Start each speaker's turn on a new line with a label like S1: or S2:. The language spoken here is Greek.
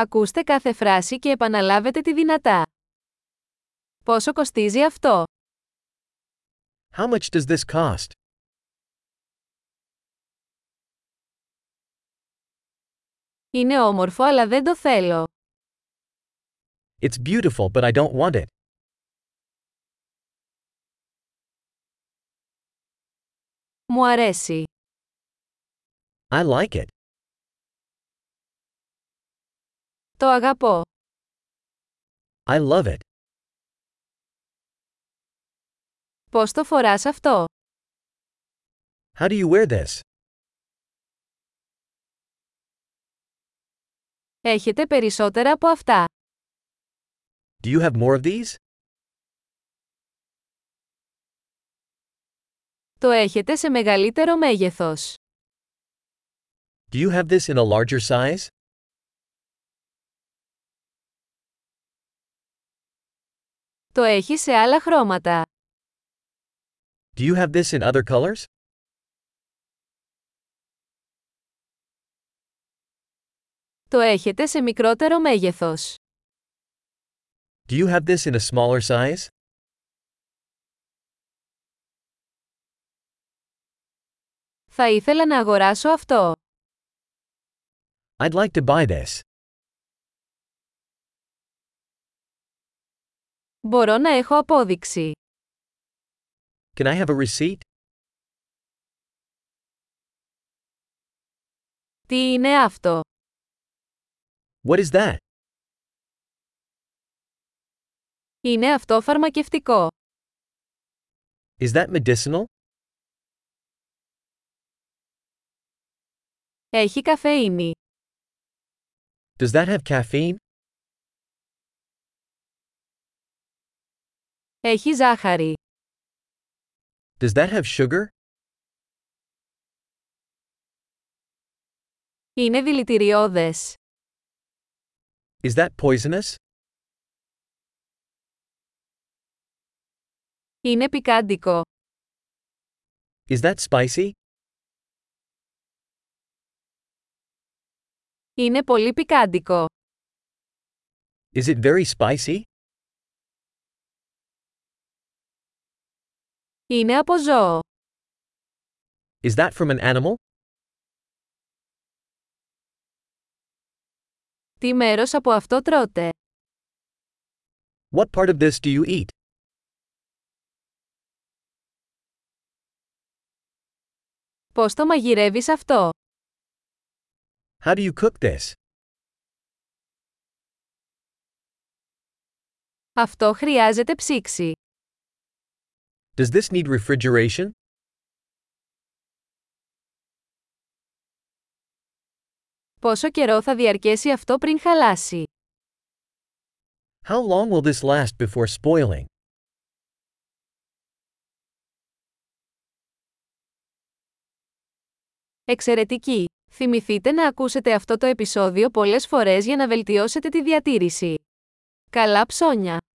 S1: Ακούστε κάθε φράση και επαναλάβετε τη δυνατά. Πόσο κοστίζει αυτό?
S2: How much does this cost?
S1: Είναι όμορφο αλλά δεν το θέλω.
S2: It's beautiful but I don't want it.
S1: Μου αρέσει.
S2: I like it.
S1: Το αγαπώ.
S2: I love it.
S1: Πώς το φοράς αυτό?
S2: How do you wear this?
S1: Έχετε περισσότερα από αυτά.
S2: Do you have more of these?
S1: Το έχετε σε μεγαλύτερο μέγεθος.
S2: Do you have this in a larger size?
S1: Το έχει σε άλλα χρώματα.
S2: Do you have this in other colors?
S1: Το έχετε σε μικρότερο μέγεθος.
S2: Do you have this in a smaller size?
S1: Θα ήθελα να αγοράσω αυτό.
S2: I'd like to buy this.
S1: Μπορώ να έχω απόδειξη.
S2: Can I have a receipt?
S1: Τι είναι αυτό?
S2: What is that?
S1: Είναι αυτό φαρμακευτικό.
S2: Is that medicinal?
S1: Έχει καφεΐνη.
S2: Does that have caffeine?
S1: Έχει ζάχαρη.
S2: Does that have sugar?
S1: Είναι δηλητηριώδες.
S2: Is that poisonous?
S1: Είναι πικάντικο.
S2: Is that spicy?
S1: Είναι πολύ πικάντικο.
S2: Is it very spicy?
S1: Είναι από ζώο.
S2: Is that from an animal?
S1: Τι μέρος από αυτό τρώτε?
S2: What part of this do you eat?
S1: Πώς το μαγειρεύεις αυτό?
S2: How do you cook this?
S1: Αυτό χρειάζεται ψήξη.
S2: Does this need refrigeration?
S1: Πόσο καιρό θα διαρκέσει αυτό πριν χαλάσει?
S2: How long will this last before spoiling?
S1: Εξαιρετική! Θυμηθείτε να ακούσετε αυτό το επεισόδιο πολλές φορές για να βελτιώσετε τη διατήρηση. Καλά ψώνια!